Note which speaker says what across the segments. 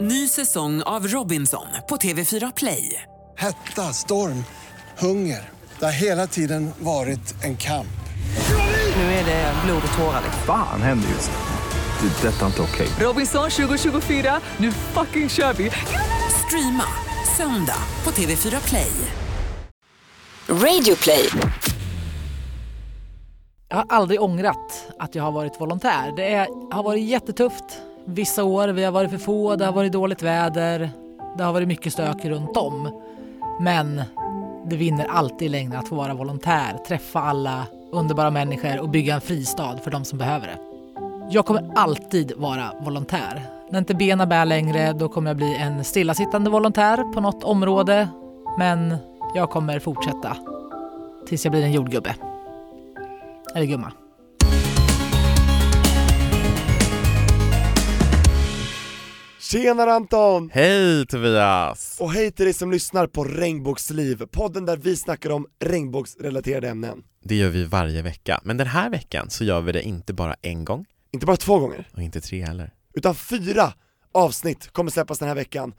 Speaker 1: Ny säsong av Robinson på TV4 Play.
Speaker 2: Hetta, storm, hunger. Det har hela tiden varit en kamp.
Speaker 1: Nu är det blod och tårar.
Speaker 3: Fan händer just nu. Det. är Detta är inte okej.
Speaker 1: Robinson 2024, nu fucking kör vi! Streama söndag på TV4 Play.
Speaker 4: Radio play.
Speaker 5: Jag har aldrig ångrat att jag har varit volontär. Det är, har varit jättetufft vissa år. Vi har varit för få, det har varit dåligt väder. Det har varit mycket stök runt om. Men det vinner alltid i längden att få vara volontär, träffa alla underbara människor och bygga en fristad för de som behöver det. Jag kommer alltid vara volontär. När inte benen bär längre då kommer jag bli en stillasittande volontär på något område. Men jag kommer fortsätta tills jag blir en jordgubbe. Eller gumma.
Speaker 6: Tjenare Anton!
Speaker 7: Hej Tobias!
Speaker 6: Och hej till dig som lyssnar på Regnbågsliv, podden där vi snackar om regnbågsrelaterade ämnen.
Speaker 7: Det gör vi varje vecka, men den här veckan så gör vi det inte bara en gång
Speaker 6: Inte bara två gånger,
Speaker 7: och inte tre heller.
Speaker 6: utan fyra avsnitt kommer släppas den här veckan.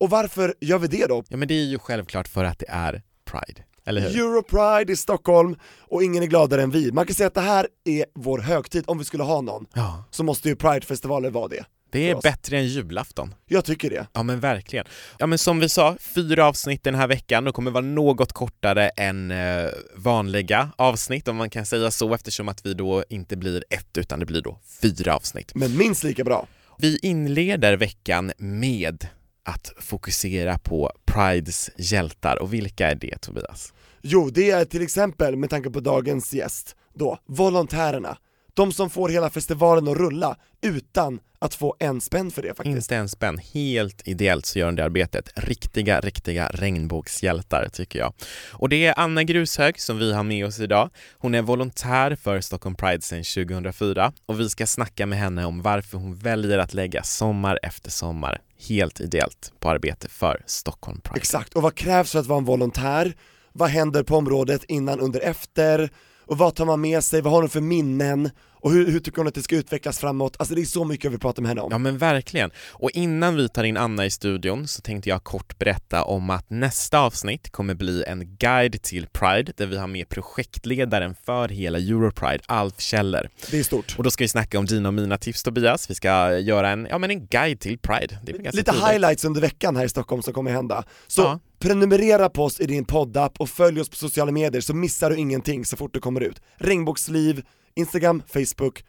Speaker 6: Och varför gör vi det då?
Speaker 7: Ja men det är ju självklart för att det är Pride, eller hur?
Speaker 6: Europride i Stockholm och ingen är gladare än vi. Man kan säga att det här är vår högtid, om vi skulle ha någon,
Speaker 7: Ja,
Speaker 6: så måste ju Pridefestivaler vara det. för
Speaker 7: det är
Speaker 6: oss.
Speaker 7: bättre än julafton.
Speaker 6: Jag tycker det.
Speaker 7: Ja men verkligen. Ja men som vi sa, fyra avsnitt den här veckan och kommer vara något kortare än eh, vanliga avsnitt om man kan säga så eftersom att vi då inte blir ett utan det blir då fyra avsnitt.
Speaker 6: Men minst lika bra.
Speaker 7: Vi inleder veckan med att fokusera på Prides hjältar och vilka är det Tobias?
Speaker 6: Jo, det är till exempel, med tanke på dagens gäst, då, volontärerna. De som får hela festivalen att rulla utan att få en spänn för det faktiskt.
Speaker 7: Inte en spänn, helt ideellt så gör de det arbetet. Riktiga, riktiga regnbågshjältar tycker jag. Och det är Anna Grushög som vi har med oss idag. Hon är volontär för Stockholm Pride sedan 2004 och vi ska snacka med henne om varför hon väljer att lägga sommar efter sommar helt ideellt på arbete för Stockholm Pride.
Speaker 6: Exakt, och vad krävs för att vara en volontär? Vad händer på området innan, under, efter? Och vad tar man med sig? Vad har hon för minnen? Och hur, hur tycker hon att det ska utvecklas framåt? Alltså det är så mycket jag vill prata med henne om.
Speaker 7: Ja men verkligen. Och innan vi tar in Anna i studion så tänkte jag kort berätta om att nästa avsnitt kommer bli en guide till Pride där vi har med projektledaren för hela Europride, Alf Kjeller.
Speaker 6: Det är stort.
Speaker 7: Och då ska vi snacka om dina och mina tips Tobias. Vi ska göra en, ja men en guide till Pride. Det blir ganska
Speaker 6: Lite
Speaker 7: tidigt.
Speaker 6: highlights under veckan här i Stockholm som kommer hända. Så
Speaker 7: Ja.
Speaker 6: prenumerera på oss i din poddapp och följ oss på sociala medier så missar du ingenting så fort det kommer ut. Regnbågsliv, Instagram, Facebook,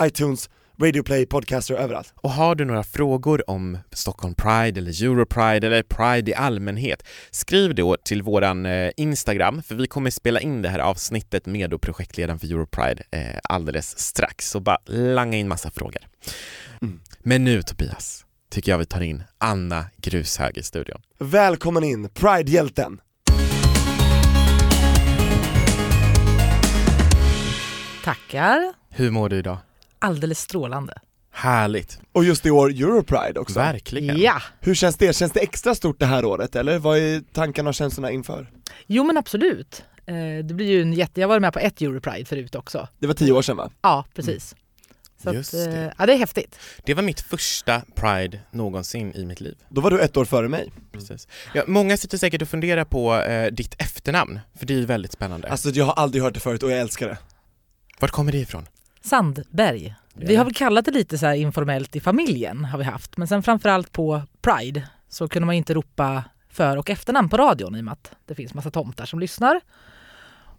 Speaker 6: iTunes, Radio Play, Podcaster överallt.
Speaker 7: Och har du några frågor om Stockholm Pride eller Europride eller Pride i allmänhet, skriv då till våran eh, Instagram för vi kommer spela in det här avsnittet med då projektledaren för Europride eh, alldeles strax. Så bara langa in massa frågor. Men nu Tobias, tycker jag vi tar in Anna Grushög i studion.
Speaker 6: Välkommen in, Pride-hjälten!
Speaker 5: Tackar.
Speaker 7: Hur mår du idag?
Speaker 5: Alldeles strålande.
Speaker 7: Härligt,
Speaker 6: Och just i år Europride också.
Speaker 7: verkligen.
Speaker 5: Ja.
Speaker 6: Hur känns det? Känns det extra stort det här året eller? Vad är tankarna och känslorna inför?
Speaker 5: Jo men absolut. Eh, Det blir ju en jätte... Jag var med på ett Europride förut också.
Speaker 6: Det var tio år sedan va?
Speaker 5: Ja, precis. Så
Speaker 7: Mm. Just
Speaker 5: att, eh,
Speaker 7: det.
Speaker 5: Ja, det är häftigt.
Speaker 7: Det var mitt första Pride någonsin i mitt liv.
Speaker 6: Då var du ett år före mig.
Speaker 7: Precis. Ja, många sitter säkert och funderar på eh, ditt efternamn, för det är ju väldigt spännande.
Speaker 6: Alltså jag har aldrig hört det förut och jag älskar det.
Speaker 7: Vart kommer det ifrån?
Speaker 5: Sandberg. Vi har väl kallat det lite så här informellt i familjen har vi haft. Men sen framförallt på Pride så kunde man ju inte ropa för och efternamn på radion i och med att det finns massa tomtar som lyssnar.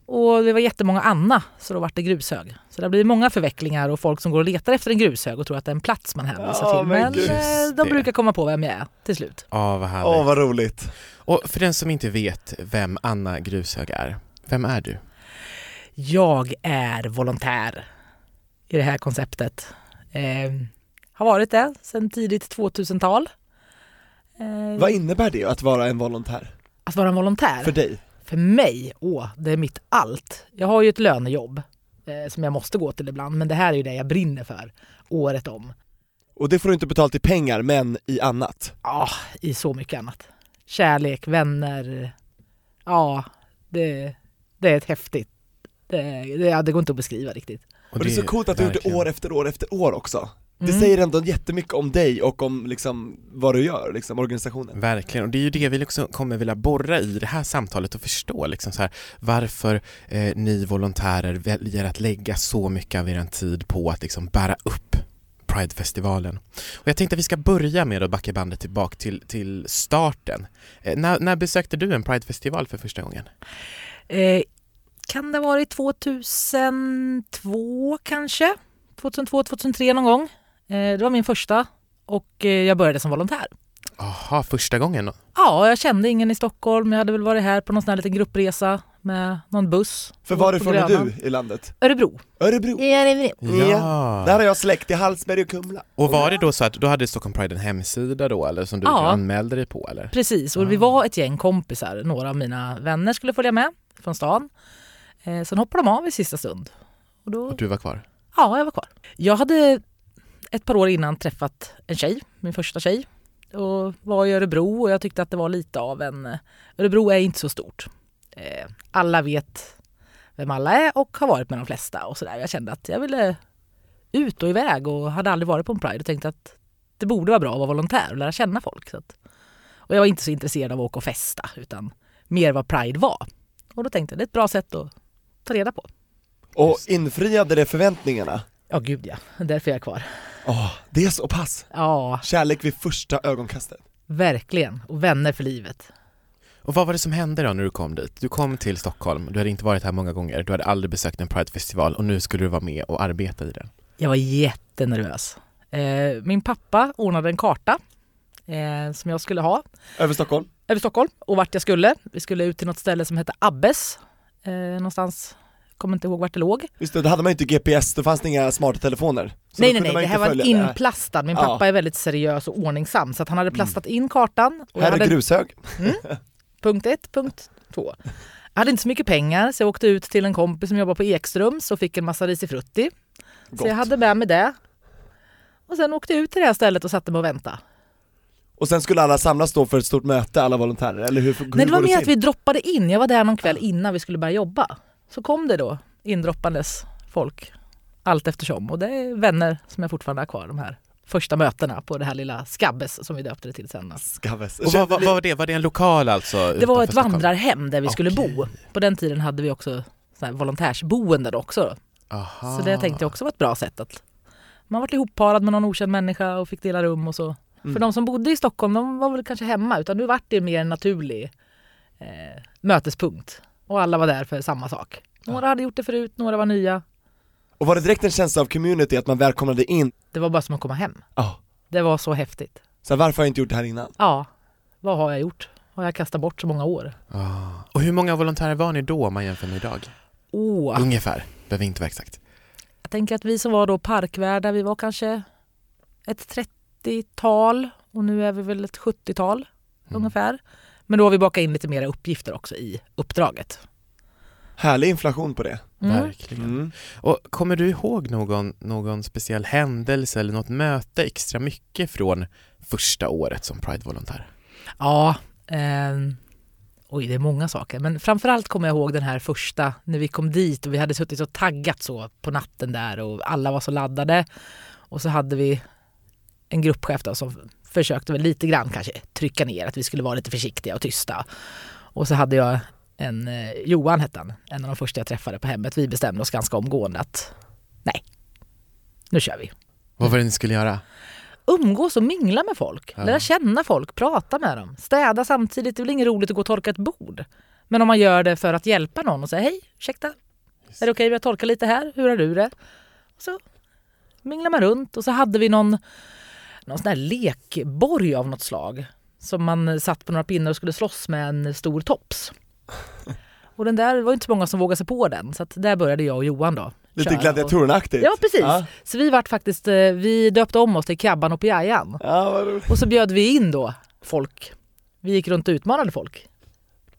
Speaker 5: Och det var jättemånga Anna så då vart det grushög. Så det blir många förvecklingar och folk som går och letar efter en grushög och tror att det är en plats man hänvisar
Speaker 6: Ja,
Speaker 5: till.
Speaker 6: men
Speaker 5: Men
Speaker 6: just
Speaker 5: eh,
Speaker 7: det.
Speaker 5: de brukar komma på vem jag är till slut.
Speaker 7: Ja, vad härligt.
Speaker 6: Åh vad roligt.
Speaker 7: Och för den som inte vet vem Anna Grushög är, vem är du?
Speaker 5: Jag är volontär i det här konceptet. Eh, har varit det sedan tidigt 2000-tal. Eh,
Speaker 6: Vad innebär det att vara en volontär?
Speaker 5: Att vara en volontär?
Speaker 6: För
Speaker 5: För,
Speaker 6: dig?
Speaker 5: mig? Åh, det är mitt allt. Jag har ju ett lönejobb eh, som jag måste gå till ibland, men det här är ju det jag brinner för året om.
Speaker 6: Och det får du inte betalt i pengar, men i annat.
Speaker 5: Ja, Ah, i så mycket annat. Kärlek, vänner. Ja, det, det är ett häftigt. Det, det, ja, det går inte att beskriva riktigt.
Speaker 6: Och det är så coolt att du gjort det
Speaker 7: verkligen-
Speaker 6: år efter år efter år också. Det
Speaker 5: Mm.
Speaker 6: säger ändå jättemycket om dig och om liksom vad du gör, liksom organisationen.
Speaker 7: Verkligen, och det är ju det vi liksom kommer vilja borra i det här samtalet och förstå liksom så här, varför eh, ni volontärer väljer att lägga så mycket av er tid på att liksom bära upp Pridefestivalen. Och jag tänkte att vi ska börja med att backa bandet tillbaka till, till starten. Eh, när, när besökte du en Pridefestival för första gången?
Speaker 5: Eh, kan det ha varit 2002 kanske? 2002, 2003 någon gång. Eh, det var min första och eh, jag började som volontär.
Speaker 7: Aha, första gången?
Speaker 5: Ja, jag kände ingen i Stockholm. Jag hade väl varit här på någon sån här liten gruppresa med någon buss.
Speaker 6: För
Speaker 5: Och gått
Speaker 6: varifrån
Speaker 5: på
Speaker 6: är
Speaker 5: Grönan.
Speaker 6: du i landet?
Speaker 5: Örebro.
Speaker 6: Örebro! Där har jag släkt i Hallsberg och Kumla.
Speaker 7: Och var det då så att då hade Stockholm Pride en hemsida då eller som du
Speaker 5: Ja.
Speaker 7: anmälde dig på eller?
Speaker 5: Precis, och vi
Speaker 6: Ah.
Speaker 5: var ett gäng kompisar. Några av mina vänner skulle följa med från stan. Eh, sen hoppade de av i sista stund. Och då
Speaker 7: Och du var kvar?
Speaker 5: Ja, jag var kvar. Jag hade ett par år innan träffat en tjej, min första tjej. Och var i Örebro och jag tyckte att det var lite av en... Örebro är inte så stort. Eh, alla vet vem alla är och har varit med de flesta och sådär. Jag kände att jag ville ut och iväg och hade aldrig varit på en Pride och tänkte att det borde vara bra att vara volontär och lära känna folk. Så att, och jag var inte så intresserad av att åka och festa utan mer vad Pride var. Och då tänkte jag det är ett bra sätt att ta reda på.
Speaker 6: Och infriade det förväntningarna?
Speaker 5: Ja, gud ja. Därför är jag kvar.
Speaker 6: Ja, det är så pass.
Speaker 5: Ja,
Speaker 6: Kärlek vid första ögonkastet.
Speaker 5: Verkligen, och vänner för livet.
Speaker 7: Och vad var det som hände då när du kom dit? Du kom till Stockholm, du hade inte varit här många gånger, du hade aldrig besökt en Pridefestival och nu skulle du vara med och arbeta i den.
Speaker 5: Jag var jättenervös. Eh, min pappa ordnade en karta eh, som jag skulle ha
Speaker 6: Över Stockholm?
Speaker 5: över Stockholm och vart jag skulle. Vi skulle ut till något ställe som hette Abbes. Eh, någonstans, kommer inte ihåg vart det låg.
Speaker 6: Just det, då hade man ju inte GPS, då fanns det inga smarta telefoner. Så
Speaker 5: nej, nej,
Speaker 6: då kunde
Speaker 5: nej,
Speaker 6: man
Speaker 5: det
Speaker 6: inte
Speaker 5: här var en
Speaker 6: följa
Speaker 5: inplastad. Min
Speaker 6: Ja. Mm.
Speaker 5: pappa är väldigt seriös och ordningsam så att han hade plastat in kartan. Och jag
Speaker 6: Här
Speaker 5: hade
Speaker 6: är grushög.
Speaker 5: Punkt ett, punkt två. Jag hade inte så mycket pengar så jag åkte ut till en kompis som jobbar på Ekströms och fick en massa risifrutti. Så
Speaker 6: Gott.
Speaker 5: jag hade med mig det. Och sen åkte jag ut till det här stället och satte mig och väntade.
Speaker 6: Och sen skulle alla samlas då för ett stort möte, alla volontärer, eller hur, hur
Speaker 5: Nej, det var
Speaker 6: går
Speaker 5: mer att
Speaker 6: till?
Speaker 5: vi droppade in. Jag var där någon kväll innan vi skulle börja jobba. Så kom det då indroppandes folk allt eftersom. Och det är vänner som jag fortfarande har kvar, de här första mötena på det här lilla Skabbes som vi döpte det till sen.
Speaker 6: Skaves.
Speaker 7: Och vad, vad, vad var det? Var det en lokal alltså?
Speaker 5: Det var ett
Speaker 7: utanför Stockholm?
Speaker 5: vandrarhem där vi skulle
Speaker 7: Okej.
Speaker 5: bo. På den tiden hade vi också såna här volontärsboenden också. Då.
Speaker 7: Aha.
Speaker 5: Så det tänkte jag också var ett bra sätt att man varit ihopparad med någon okänd människa och fick dela rum och så. För de som bodde i Stockholm de var väl kanske hemma utan nu vart det mer en naturlig eh, mötespunkt. Och alla var där för samma sak. Några hade gjort det förut, några var nya.
Speaker 6: Och var det direkt en känsla av community, att man välkomnade in?
Speaker 5: Det var bara som att komma hem.
Speaker 6: Ja.
Speaker 5: Det var så häftigt.
Speaker 6: Så här, varför har jag inte gjort det här innan?
Speaker 5: Ja, vad har jag gjort? Har jag kastat bort så många år?
Speaker 7: Ah. Och hur många volontärer var ni då om man jämför med idag?
Speaker 5: Åh,
Speaker 7: Ungefär, behöver inte vara exakt.
Speaker 5: Jag tänker att vi som var då parkvärdar, vi var kanske ett 30-tal och nu är vi väl ett 70-tal ungefär. Men då har vi bakat in lite mera uppgifter också i uppdraget.
Speaker 6: Härlig inflation på det.
Speaker 5: Mm.
Speaker 6: Mm.
Speaker 7: Verkligen. Och kommer du ihåg någon, någon speciell händelse eller något möte extra mycket från första året som Pride-volontär?
Speaker 5: Ja, ehm, oj det är många saker. Men framförallt kommer jag ihåg den här första när vi kom dit och vi hade suttit och taggat så på natten där och alla var så laddade. Och så hade vi en gruppchef då som försökte väl lite grann kanske trycka ner att vi skulle vara lite försiktiga och tysta. Och så hade jag en, eh, Johan hette han, en av de första jag träffade på hemmet. Vi bestämde oss ganska omgående att nej, nu kör vi.
Speaker 7: Vad var det ni skulle göra?
Speaker 5: Umgås och mingla med folk, lära känna folk, prata med dem, städa samtidigt. Det är väl inget roligt att gå och torka ett bord. Men om man gör det för att hjälpa någon och säga hej, ursäkta, är det okej om jag torkar lite här? Hur har du det? Och så minglar man runt och så hade vi någon, någon sån här lekborg av något slag som man satt på några pinnar och skulle slåss med en stor tops. Och den där, det var ju inte så många som vågade sig på den så att där började jag och Johan då.
Speaker 6: Lite
Speaker 5: köra och-
Speaker 6: gladiatorenaktigt.
Speaker 5: Ja precis.
Speaker 6: Ja,
Speaker 5: Så vi vart faktiskt, eh, vi döpte om oss till Krabban och Piajan.
Speaker 6: ja vad roligt.
Speaker 5: Och så bjöd vi in då folk. Vi gick runt och utmanade folk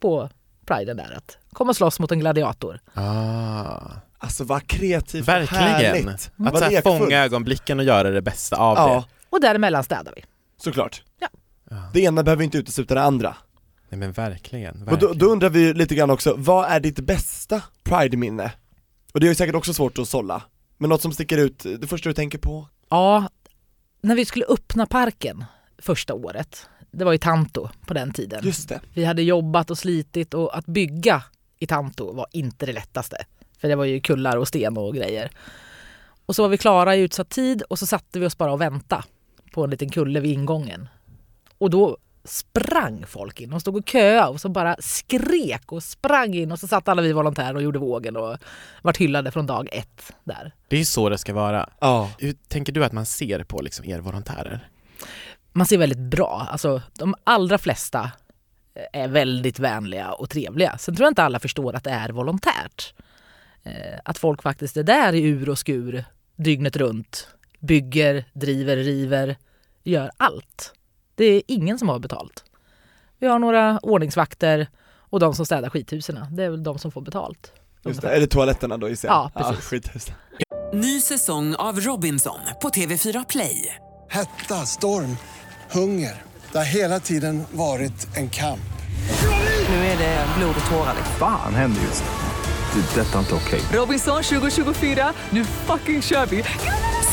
Speaker 5: på priden där att kom och slåss mot en gladiator.
Speaker 7: Ah.
Speaker 6: Alltså vad kreativt och
Speaker 7: Verkligen!
Speaker 6: härligt.
Speaker 7: Att
Speaker 6: Vad
Speaker 7: så här,
Speaker 6: lekfullt.
Speaker 7: fånga ögonblicken och göra det bästa av det.
Speaker 6: Ja,
Speaker 5: Och däremellan städade vi.
Speaker 6: såklart.
Speaker 5: Ja.
Speaker 6: Det ena behöver inte utesluta det andra.
Speaker 7: Nej men verkligen,
Speaker 6: Och då,
Speaker 7: verkligen.
Speaker 6: då undrar vi ju lite grann också, vad är ditt bästa Pride-minne? Och det är ju säkert också svårt att sålla, men något som sticker ut, det första du tänker på?
Speaker 5: Ja, när vi skulle öppna parken första året, det var i Tanto på den tiden.
Speaker 6: Just det.
Speaker 5: Vi hade jobbat och slitit och att bygga i Tanto var inte det lättaste. För det var ju kullar och sten och grejer. Och så var vi klara i utsatt tid och så satte vi oss bara och väntade på en liten kulle vid ingången. Och då sprang folk in. De stod och köade och så bara skrek och sprang in och så satt alla vi volontärer och gjorde vågen och vart hyllade från dag ett där.
Speaker 7: Det är ju så det ska vara.
Speaker 6: Ja.
Speaker 7: Hur tänker du att man ser på liksom er volontärer?
Speaker 5: man ser väldigt bra. Alltså, de allra flesta eh, är väldigt vänliga och trevliga. Sen tror jag inte alla förstår att det är volontärt. Eh, Att folk faktiskt är där i ur och skur dygnet runt. Bygger, driver, river, gör allt. Det är ingen som har betalt. Vi har några ordningsvakter och de som städar skithusen. Det är väl de som får betalt.
Speaker 6: Just det. Eller toaletterna då gissar
Speaker 5: Ja, precis.
Speaker 6: skithusen.
Speaker 1: Ny säsong av Robinson på TV4 Play.
Speaker 2: Hetta, storm, hunger. Det har hela tiden varit en kamp.
Speaker 1: Nu är det blod och tårar.
Speaker 3: Fan händer just det. Det är detta inte okej.
Speaker 1: Robinson 2024, nu fucking kör vi!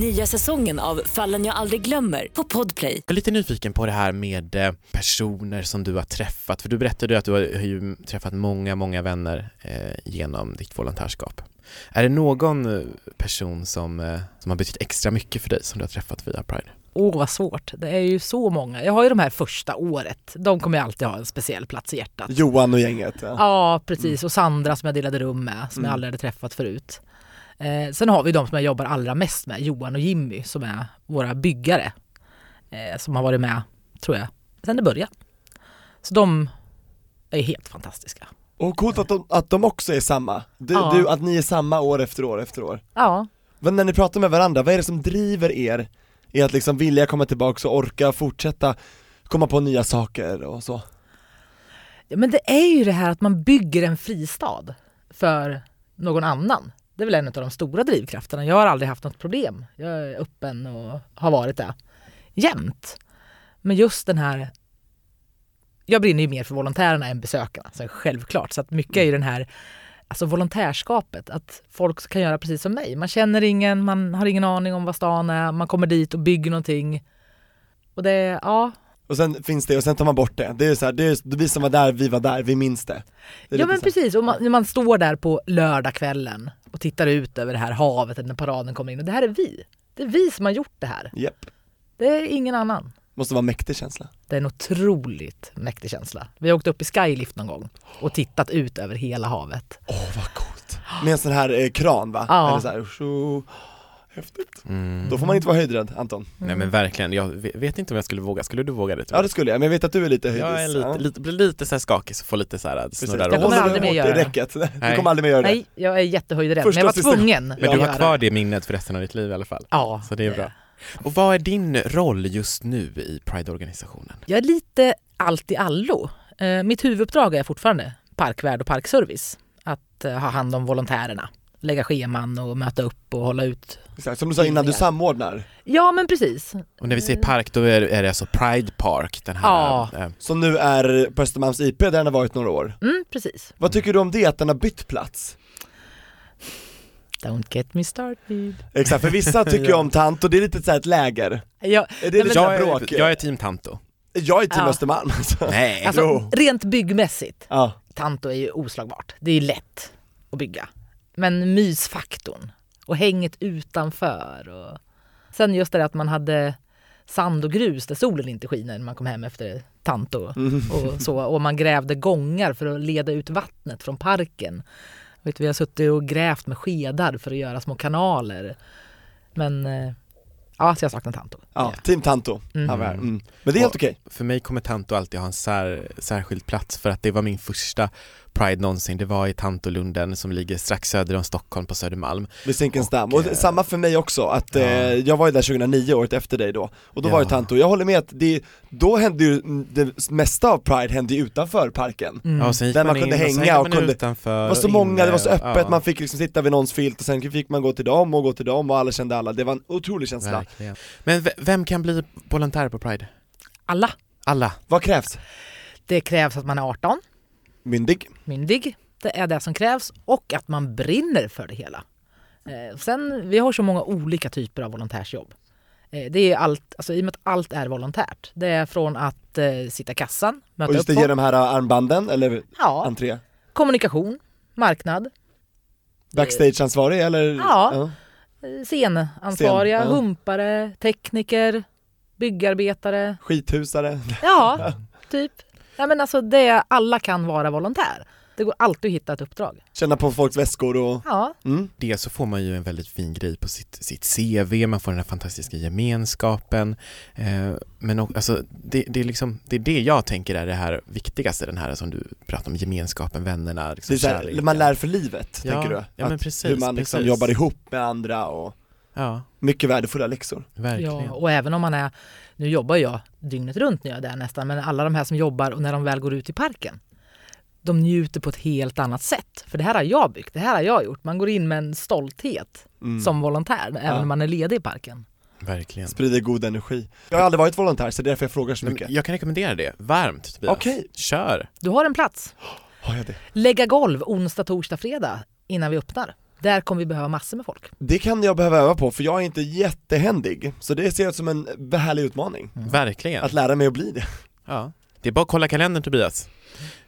Speaker 8: Nya säsongen av Fallen jag aldrig glömmer på Podplay.
Speaker 7: Jag är lite nyfiken på det här med eh, personer som du har träffat, för du berättade ju att du har har ju träffat många, många vänner eh, genom ditt volontärskap. Är det någon eh, person som, eh, som har betytt extra mycket för dig som du har träffat via Pride?
Speaker 5: Åh, vad svårt. Det är ju så många. Jag har ju de här första året. De kommer ju alltid ha en speciell plats i hjärtat.
Speaker 6: Johan och gänget. Ja.
Speaker 5: Ja, Mm. precis. Och Sandra som jag delade rum med, som jag aldrig hade träffat förut. Eh, sen har vi de som jag jobbar allra mest med, Johan och Jimmy, som är våra byggare. Eh, som har varit med, tror jag, sen det började. Så de är helt fantastiska.
Speaker 6: Och coolt att de, att de också är samma. Du,
Speaker 5: Ja.
Speaker 6: du, att ni är samma år efter år efter år.
Speaker 5: Ja,
Speaker 6: Men när ni pratar med varandra, vad är det som driver er i att liksom vilja komma tillbaka och orka fortsätta komma på nya saker och så?
Speaker 5: Ja, men det är ju det här att man bygger en fristad för någon annan. Det är väl en av de stora drivkrafterna. Jag har aldrig haft något problem. Jag är öppen och har varit det jämt. Men just den här... Jag brinner ju mer för volontärerna än besökarna, så självklart. Så att mycket är ju den här alltså volontärskapet, att folk kan göra precis som mig. Man känner ingen, man har ingen aning om vad stan är, man kommer dit och bygger någonting. Och det är, ja,
Speaker 6: Och sen finns det, och sen tar man bort det. Det är så här, det är, vi som var där, vi var där, vi minns det. det är
Speaker 5: Ja
Speaker 6: lite
Speaker 5: men
Speaker 6: så här.
Speaker 5: precis, och man, när man står där på lördagskvällen och tittar ut över det här havet när paraden kommer in och det här är vi. Det är vi som har gjort det här.
Speaker 6: Japp.
Speaker 5: Det är ingen annan.
Speaker 6: Måste vara en mäktig känsla.
Speaker 5: Det är en otroligt mäktig känsla. Vi har åkt upp i skylift någon gång och tittat ut över hela havet.
Speaker 6: Åh vad coolt. Med en sån här eh, kran va?
Speaker 5: Ja.
Speaker 6: Eller så här, tjo. Häftigt. Då får man inte vara höjdrädd Anton.
Speaker 7: Mm. Nej men verkligen, jag ve- vet inte om jag skulle våga, skulle du våga det? tror
Speaker 6: Ja
Speaker 7: jag?
Speaker 6: det skulle jag, men jag vet att du är lite höjdrädd.
Speaker 7: jag är lite, lite, blir lite så här skakig så får lite så här
Speaker 6: Precis.
Speaker 7: snurrar
Speaker 5: Jag
Speaker 7: om.
Speaker 5: kommer
Speaker 6: Håller
Speaker 5: aldrig mer
Speaker 6: du hårt i
Speaker 5: göra det.
Speaker 6: räcket? Nej. Du
Speaker 7: Nej.
Speaker 6: kommer aldrig mer göra det.
Speaker 5: Nej, jag är jättehöjdrädd men
Speaker 6: Första
Speaker 5: jag var
Speaker 6: sista-
Speaker 5: tvungen.
Speaker 7: Men
Speaker 5: att
Speaker 7: du
Speaker 5: göra
Speaker 7: har kvar det minnet för resten av ditt liv i alla fall?
Speaker 5: Ja.
Speaker 7: Så det är bra. Och vad är din roll just nu i Pride-organisationen?
Speaker 5: Jag är lite allt i allo. Eh, mitt huvuduppdrag är fortfarande parkvärd och parkservice. Att eh, ha hand om volontärerna, lägga scheman och möta upp och hålla ut.
Speaker 6: Exakt, som du sa innan, du samordnar.
Speaker 5: Ja men precis,
Speaker 7: Och när vi
Speaker 6: Mm.
Speaker 7: säger park, då är, är det alltså Pride Park, den här...
Speaker 5: Ja.
Speaker 7: eh,
Speaker 6: Som nu är på Östermalms IP där den har varit några år.
Speaker 5: Mm, precis.
Speaker 6: Vad tycker du om det, att den har bytt plats?
Speaker 5: Don't get me started.
Speaker 6: Exakt, för vissa tycker ju om tant och det är lite såhär ett läger.
Speaker 5: Jag,
Speaker 6: Är det
Speaker 5: men-
Speaker 6: lite
Speaker 7: jag,
Speaker 6: jag bråk?
Speaker 7: är, jag är team Tanto.
Speaker 6: jag är team
Speaker 5: Ja.
Speaker 6: Östermalm alltså.
Speaker 7: Nej.
Speaker 5: alltså,
Speaker 6: Jo.
Speaker 5: rent byggmässigt,
Speaker 6: Ja.
Speaker 5: Tanto är ju oslagbart. Det är ju lätt att bygga. Men mysfaktorn och hänget utanför. Och... Sen just det där att man hade sand och grus där solen inte skiner när man kom hem efter Tanto. Och, så, och man grävde gångar för att leda ut vattnet från parken. Vet, du, vi har suttit och grävt med skedar för att göra små kanaler. Men eh, ja, så jag saknar Tanto.
Speaker 6: Ja, team Tanto. Ja, väl. Mm. Men det är helt
Speaker 7: Och-
Speaker 6: okej.
Speaker 7: För mig kommer Tanto alltid ha en sär, särskild plats för att det var min första Pride någonsin. Det var i Tantolunden som ligger strax söder om Stockholm på Södermalm.
Speaker 6: Vid Zinkensdamm,
Speaker 7: Och,
Speaker 6: och,
Speaker 7: eh,
Speaker 6: samma för mig också, att eh, jag var ju där 2009, året efter dig då, och då var det
Speaker 7: Ja.
Speaker 6: Tanto, jag håller med att det, då hände ju, det mesta av Pride hände ju utanför parken
Speaker 5: Mm.
Speaker 7: Ja, och sen gick
Speaker 6: Där
Speaker 7: man,
Speaker 6: man
Speaker 7: in
Speaker 6: kunde
Speaker 7: och sen
Speaker 6: hänga
Speaker 7: gick
Speaker 6: och
Speaker 7: man
Speaker 6: kunde-
Speaker 7: utanför
Speaker 6: Det var så
Speaker 7: och
Speaker 6: många, det var så
Speaker 7: inne och-
Speaker 6: öppet,
Speaker 7: ja,
Speaker 6: man fick liksom sitta vid någons filt och sen fick man gå till dem och gå till dem och alla kände alla, det var en otrolig känsla.
Speaker 7: verkligen. Men v- vem kan bli volontär på Pride?
Speaker 5: Alla.
Speaker 7: Alla.
Speaker 6: Vad krävs?
Speaker 5: Det krävs att man är 18,
Speaker 6: Myndig?
Speaker 5: myndig. Det är det som krävs och att man brinner för det hela. Eh, sen, vi har så många olika typer av volontärsjobb. Eh, det är allt, alltså, I och med att allt är volontärt. Det är från att eh, sitta i kassan, möta
Speaker 6: Och just det,
Speaker 5: upp
Speaker 6: ge
Speaker 5: folk.
Speaker 6: de här ä, armbanden eller
Speaker 5: Ja,
Speaker 6: entré?
Speaker 5: kommunikation, marknad,
Speaker 6: Backstageansvarig eller?
Speaker 5: Ja. eh, scenansvariga,
Speaker 6: Scen, ja.
Speaker 5: humpare, tekniker, byggarbetare.
Speaker 6: Skithusare?
Speaker 5: Ja, typ. Ja, men alltså, det är, alla kan vara volontär. Det går alltid att hitta ett uppdrag.
Speaker 6: Känna på folks väskor och,
Speaker 5: Ja,
Speaker 6: mm.
Speaker 7: Det så får man ju en väldigt fin grej på sitt, sitt CV, man får den här fantastiska gemenskapen. Eh, men o- alltså, det, det, är liksom, det är det jag tänker är det här viktigaste, den här som du pratar om, gemenskapen, vännerna,
Speaker 6: Det
Speaker 7: liksom,
Speaker 6: är så här,
Speaker 7: kärleken.
Speaker 6: man lär för livet,
Speaker 7: Ja,
Speaker 6: tänker du?
Speaker 7: ja, men
Speaker 6: Att
Speaker 7: precis,
Speaker 6: hur man liksom
Speaker 7: precis.
Speaker 6: jobbar ihop med andra och
Speaker 7: Ja,
Speaker 6: mycket värdefulla läxor.
Speaker 7: verkligen.
Speaker 5: ja, och även om man är... Nu jobbar jag dygnet runt när jag är där nästan, men alla de här som jobbar och när de väl går ut i parken, de njuter på ett helt annat sätt. För det här har jag byggt, det här har jag gjort. Man går in med en stolthet
Speaker 6: Mm.
Speaker 5: som volontär, även när man är ledig i parken.
Speaker 7: verkligen.
Speaker 6: Sprider god energi. Jag har aldrig varit volontär så det är därför jag frågar så
Speaker 7: Men
Speaker 6: mycket.
Speaker 7: jag kan rekommendera det, varmt Tobias.
Speaker 6: Okej.
Speaker 7: Kör!
Speaker 5: Du har en plats.
Speaker 6: Har jag det?
Speaker 5: Lägga golv onsdag, torsdag, fredag innan vi öppnar. Där kommer vi behöva massor med folk.
Speaker 6: Det kan jag behöva öva på för jag är inte jättehändig, så det ser jag som en härlig utmaning.
Speaker 5: Mm.
Speaker 7: Verkligen.
Speaker 6: Att lära mig att bli det.
Speaker 7: Ja. Det är bara att kolla kalendern Tobias.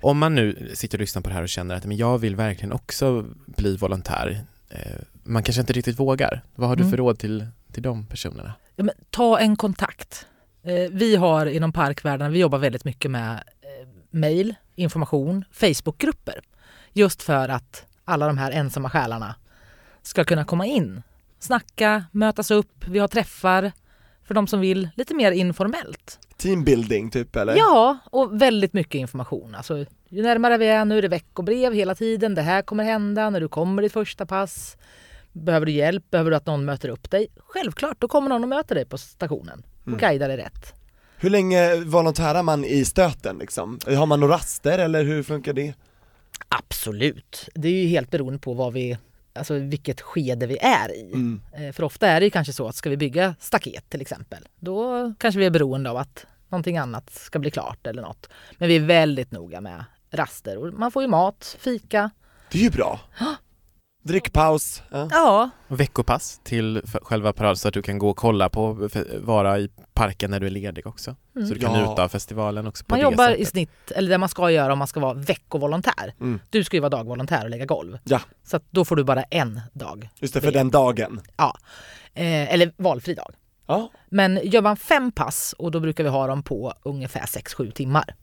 Speaker 7: Om man nu sitter och lyssnar på det här och känner att men jag vill verkligen också bli volontär, eh, man kanske inte riktigt vågar. Vad har du
Speaker 5: Mm.
Speaker 7: för råd till, till de personerna?
Speaker 5: Ja, men ta en kontakt. Eh, vi har inom parkvärlden, vi jobbar väldigt mycket med eh, mejl, information, Facebookgrupper. Just för att alla de här ensamma själarna ska kunna komma in, snacka, mötas upp, vi har träffar för de som vill, lite mer informellt.
Speaker 6: Teambuilding typ eller?
Speaker 5: Ja, och väldigt mycket information. Alltså, ju närmare vi är, nu är det veckobrev hela tiden. Det här kommer hända när du kommer ditt första pass. Behöver du hjälp? Behöver du att någon möter upp dig? Självklart, då kommer någon och möter dig på stationen och guidar dig rätt.
Speaker 6: Hur länge volontärar man i stöten liksom? Har man några raster eller hur funkar det?
Speaker 5: Absolut. Det är ju helt beroende på vad vi, alltså vilket skede vi är i. Eh, För ofta är det ju kanske så att ska vi bygga staket till exempel, då kanske vi är beroende av att någonting annat ska bli klart eller något. Men vi är väldigt noga med raster och man får ju mat, fika.
Speaker 6: Det är ju bra. Drickpaus. Ja.
Speaker 5: Ja,
Speaker 7: Och veckopass till f- själva paraden så att du kan gå och kolla på, f- vara i parken när du är ledig också. Så du kan
Speaker 6: Ja.
Speaker 7: njuta av festivalen också på
Speaker 5: Man
Speaker 7: det
Speaker 5: jobbar
Speaker 7: sättet.
Speaker 5: i snitt, eller det man ska göra om man ska vara veckovolontär.
Speaker 6: Mm.
Speaker 5: Du ska ju vara dagvolontär och lägga golv.
Speaker 6: Ja.
Speaker 5: Så att då får du bara en dag.
Speaker 6: Just det, för den dagen.
Speaker 5: Ja. Eh, eller valfri dag.
Speaker 6: Ja.
Speaker 5: Men gör man fem pass och då brukar vi ha dem på ungefär 6-7 timmar.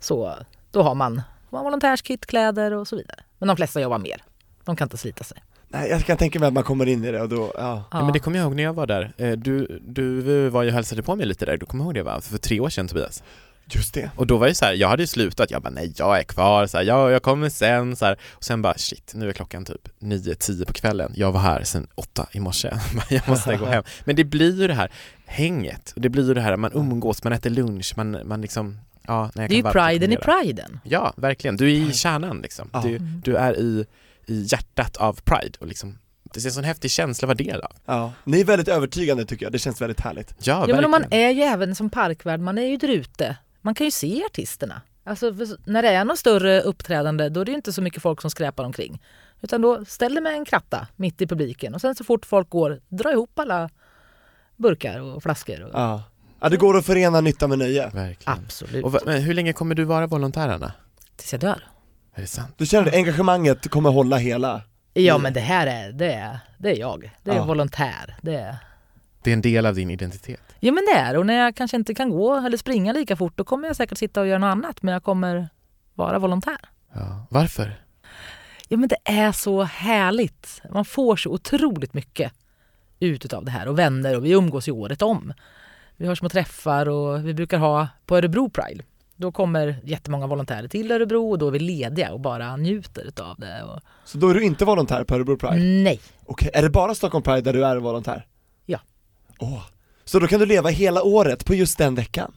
Speaker 5: Så då har man, man volontärskit, kläder och så vidare. Men de flesta jobbar mer. De kan inte slita sig.
Speaker 6: Nej, jag kan tänka mig att man kommer in i det och då, ja.
Speaker 7: Ja. men det kommer jag ihåg när jag var där. Eh, Du, du var ju och hälsade på mig lite där, du kommer ihåg det va? För tre år sedan Tobias.
Speaker 6: Just det.
Speaker 7: Och då var det så här, jag hade ju slutat, jag bara nej jag är kvar, så här, jag, jag kommer sen, så här. och sen bara shit, nu är klockan typ 9-10 på kvällen, jag var här sen 8 i morse, jag måste gå hem. Men det blir ju det här hänget, och det blir ju det här, man umgås, man äter lunch, man, man liksom, ja, nej, jag
Speaker 5: Det är ju
Speaker 7: kan varmt
Speaker 5: priden i
Speaker 7: rekommendera.
Speaker 5: priden.
Speaker 7: Ja, verkligen, du är i kärnan liksom,
Speaker 6: Ja.
Speaker 7: du,
Speaker 5: Mm.
Speaker 7: du är i, i hjärtat av pride och liksom, det är en sån häftig känsla att vara del av.
Speaker 6: Ja. Ni är väldigt övertygande tycker jag, det känns väldigt härligt.
Speaker 7: Ja,
Speaker 5: Ja, men
Speaker 7: verkligen.
Speaker 5: om man är ju även som parkvärd, man är ju där ute. Man kan ju se artisterna. Alltså, för s- när det är något större uppträdande då är det ju inte så mycket folk som skräpar omkring. Utan då ställer man en kratta mitt i publiken och sen så fort folk går, dra ihop alla burkar och flaskor. Och...
Speaker 6: Ja. Ja, det går att förena nytta med nöje.
Speaker 7: Verkligen.
Speaker 5: Absolut.
Speaker 7: Och, va- men hur länge kommer du vara volontär Anna?
Speaker 5: Tills jag dör.
Speaker 7: Är det sant?
Speaker 6: Du känner det, engagemanget kommer hålla hela.
Speaker 5: Ja men det här är, det är, det är jag. Det är
Speaker 6: Ja.
Speaker 5: volontär. Det är...
Speaker 7: Det är en del av din identitet.
Speaker 5: Ja men det är och när jag kanske inte kan gå eller springa lika fort då kommer jag säkert sitta och göra något annat men jag kommer vara volontär.
Speaker 7: Ja. Varför?
Speaker 5: Ja men det är så härligt. Man får så otroligt mycket ut utav det här och vänner och vi umgås ju året om. Vi har små träffar och vi brukar ha på Örebro Pride. Då kommer jättemånga volontärer till Örebro och då är vi lediga och bara njuter av det. Och...
Speaker 6: Så då är du inte volontär på Örebro Pride?
Speaker 5: Nej,
Speaker 6: Okej, är det bara Stockholm Pride där du är volontär?
Speaker 5: Ja.
Speaker 6: Åh, så då kan du leva hela året på just den veckan?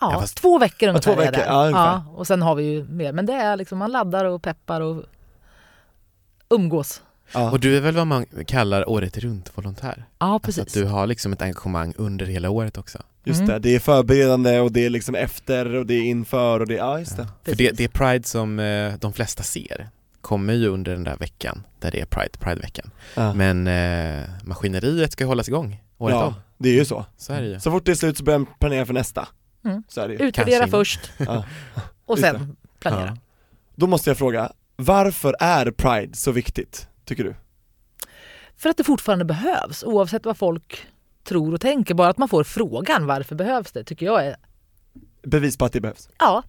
Speaker 5: ja,
Speaker 7: Ja, fast-
Speaker 5: två veckor ungefär
Speaker 6: två
Speaker 5: är jag
Speaker 6: veckor,
Speaker 5: där.
Speaker 6: ja, ungefär.
Speaker 5: och sen har vi ju mer. Men det är liksom man laddar och peppar och umgås.
Speaker 6: Ja.
Speaker 7: Och du är väl vad man kallar året runt-volontär?
Speaker 5: Ja,
Speaker 7: Alltså att
Speaker 5: precis.
Speaker 7: du har liksom ett engagemang under hela året också.
Speaker 6: Just det, det är förberedande och det är liksom efter och det är inför och det, ja just det.
Speaker 7: För det, det är Pride som eh, de flesta ser kommer ju under den där veckan där det är Pride, Prideveckan.
Speaker 6: Ja.
Speaker 7: Men eh, maskineriet ska ju hållas igång året om.
Speaker 6: ja, det är ju så.
Speaker 7: Så är det ju.
Speaker 6: Så fort det är slut så börjar man planera för nästa.
Speaker 5: Mm.
Speaker 6: Så är det ju.
Speaker 5: Utvärdera
Speaker 7: kanske-
Speaker 5: först
Speaker 6: Ja.
Speaker 5: och
Speaker 6: Just
Speaker 5: sen planera.
Speaker 7: Ja.
Speaker 6: Då måste jag fråga, varför är Pride så viktigt, tycker du?
Speaker 5: För att det fortfarande behövs oavsett vad folk tror och tänker. Bara att man får frågan varför behövs det tycker jag är
Speaker 6: Bevis på att det behövs.
Speaker 5: Ja.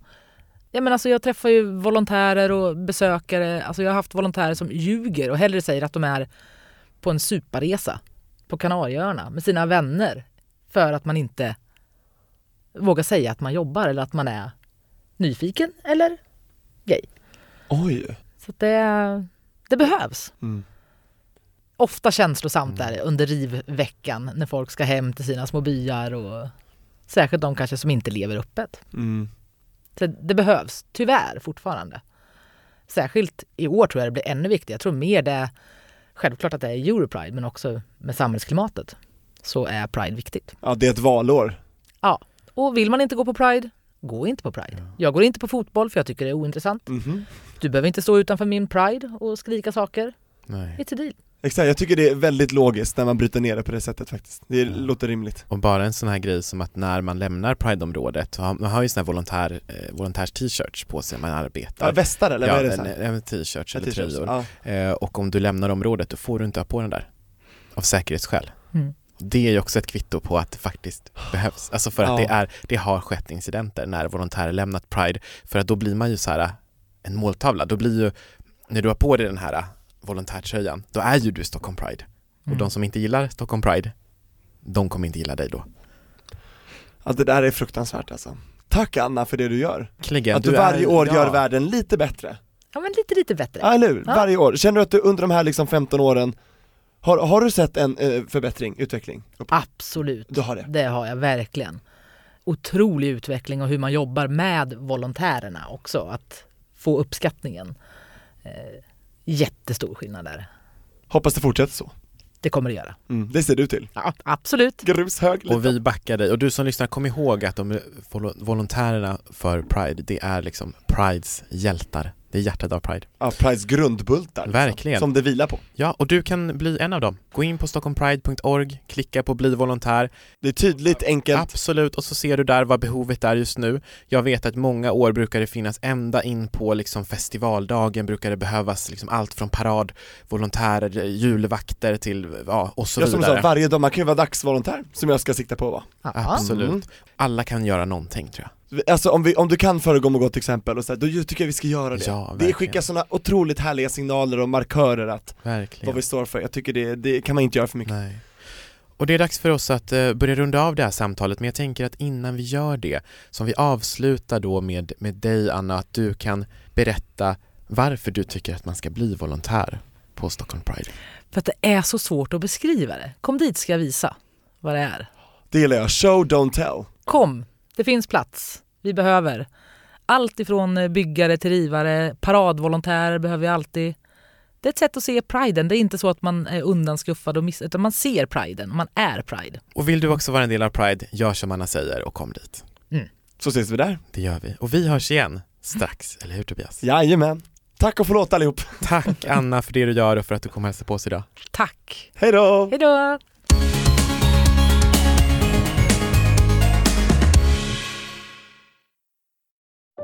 Speaker 5: ja men alltså jag träffar ju volontärer och besökare. Alltså jag har haft volontärer som ljuger och hellre säger att de är på en superresa på Kanarieöarna med sina vänner för att man inte vågar säga att man jobbar eller att man är nyfiken eller gay.
Speaker 6: Oj!
Speaker 5: Så att det, det behövs.
Speaker 6: Mm.
Speaker 5: Ofta känslosamt där under rivveckan när folk ska hem till sina små byar och särskilt de kanske som inte lever öppet.
Speaker 6: Mm.
Speaker 5: Så det behövs tyvärr fortfarande. Särskilt i år tror jag det blir ännu viktigare. Jag tror mer det, självklart att det är Europride, men också med samhällsklimatet så är Pride viktigt.
Speaker 6: Ja, det är ett valår.
Speaker 5: Ja, och vill man inte gå på Pride, gå inte på Pride. Jag går inte på fotboll för jag tycker det är ointressant.
Speaker 6: Mhm.
Speaker 5: Du behöver inte stå utanför min Pride och skrika saker.
Speaker 7: Nej.
Speaker 5: It's a deal.
Speaker 6: Exakt, jag tycker det är väldigt logiskt när man bryter ner det på det sättet faktiskt. Det låter rimligt.
Speaker 7: Och bara en sån här grej som att när man lämnar Prideområdet, man har ju såna här volontär, eh, volontärs-t-shirts på sig när man arbetar.
Speaker 6: Ja, västar eller vad är det?
Speaker 7: en,
Speaker 6: så här?
Speaker 7: en t-shirts eller
Speaker 6: t-shirts,
Speaker 7: tröjor.
Speaker 6: ja.
Speaker 7: Eh, och om du lämnar området då får du inte ha på den där. Av säkerhetsskäl.
Speaker 5: Mm.
Speaker 7: Det är ju också ett kvitto på att det faktiskt behövs. Alltså för att
Speaker 6: Ja.
Speaker 7: det, är, det har skett incidenter när volontärer lämnat Pride. För att då blir man ju så här eh, en måltavla. Då blir ju, när du har på dig den här eh, volontärtröjan, då är ju du Stockholm Pride. Och de som inte gillar Stockholm Pride, de kommer inte gilla dig då.
Speaker 6: Ja, det där är fruktansvärt alltså. Tack Anna för det du gör.
Speaker 7: Kligen,
Speaker 6: att du, varje
Speaker 7: är-
Speaker 6: år
Speaker 7: ja.
Speaker 6: gör världen lite bättre.
Speaker 5: Ja, men lite, lite bättre.
Speaker 6: Ja, eller hur?
Speaker 5: Ja.
Speaker 6: Varje år. Känner du att du under de här liksom 15 åren, har, har du sett en eh, förbättring, utveckling? Upp-
Speaker 5: Absolut.
Speaker 6: Du har det?
Speaker 5: Det har jag verkligen. Otrolig utveckling och hur man jobbar med volontärerna också. Att få uppskattningen. Eh, jättestor skillnad där.
Speaker 6: Hoppas det fortsätter så.
Speaker 5: Det kommer det göra.
Speaker 6: Mm, det ser du till.
Speaker 5: Ja, absolut.
Speaker 6: Grushög lite.
Speaker 7: Och vi backar dig. Och du som lyssnar, kom ihåg att de vol- volontärerna för Pride, det är liksom Prides hjältar. Det är hjärtat av Pride.
Speaker 6: Ja, Prides grundbultar. liksom,
Speaker 7: Verkligen.
Speaker 6: Som det vilar på.
Speaker 7: Ja, och du kan bli en av dem. Gå in på stockholmpride.org, klicka på bli volontär.
Speaker 6: Det är tydligt, enkelt.
Speaker 7: Absolut, och så ser du där vad behovet är just nu. Jag vet att många år brukar det finnas ända in på liksom festivaldagen brukar det behövas liksom allt från parad, volontärer, julvakter till ja, och så
Speaker 6: jag som
Speaker 7: vidare.
Speaker 6: sa, varje dag, man kan ju vara dagsvolontär, som jag ska sikta på va?
Speaker 5: Ja.
Speaker 7: Absolut.
Speaker 6: Mm.
Speaker 7: Alla kan göra någonting tror jag.
Speaker 6: Alltså om, vi, om du kan föregå med gott exempel och så här, då ju- tycker jag vi ska göra det.
Speaker 7: Ja,
Speaker 6: det
Speaker 7: verkligen.
Speaker 6: skickar sådana otroligt härliga signaler och markörer att, vad
Speaker 7: Verkligen.
Speaker 6: vi står för, jag tycker det, det kan man inte göra för mycket.
Speaker 7: Nej. Och det är dags för oss att eh, börja runda av det här samtalet, men jag tänker att innan vi gör det, som vi avslutar då med, med dig Anna, att du kan berätta varför du tycker att man ska bli volontär på Stockholm Pride.
Speaker 5: För att det är så svårt att beskriva det. Kom dit ska jag visa vad det är.
Speaker 6: Det gillar jag, show don't tell.
Speaker 5: Kom, det finns plats. Vi behöver allt ifrån eh, byggare till rivare. Paradvolontärer behöver vi alltid. Det är ett sätt att se priden. Det är inte så att man är undanskuffad och miss... utan man ser priden. Man är pride.
Speaker 7: Och vill du också vara en del av Pride, gör som Anna säger och kom dit.
Speaker 6: Så ses vi där.
Speaker 7: Det gör vi. Och vi hörs igen strax, eller hur Tobias?
Speaker 6: Jajamän. Tack och förlåt allihop.
Speaker 7: Tack Anna för det du gör och för att du kom och hälsade på oss idag.
Speaker 5: Tack!
Speaker 6: Hej då!
Speaker 5: Hej då!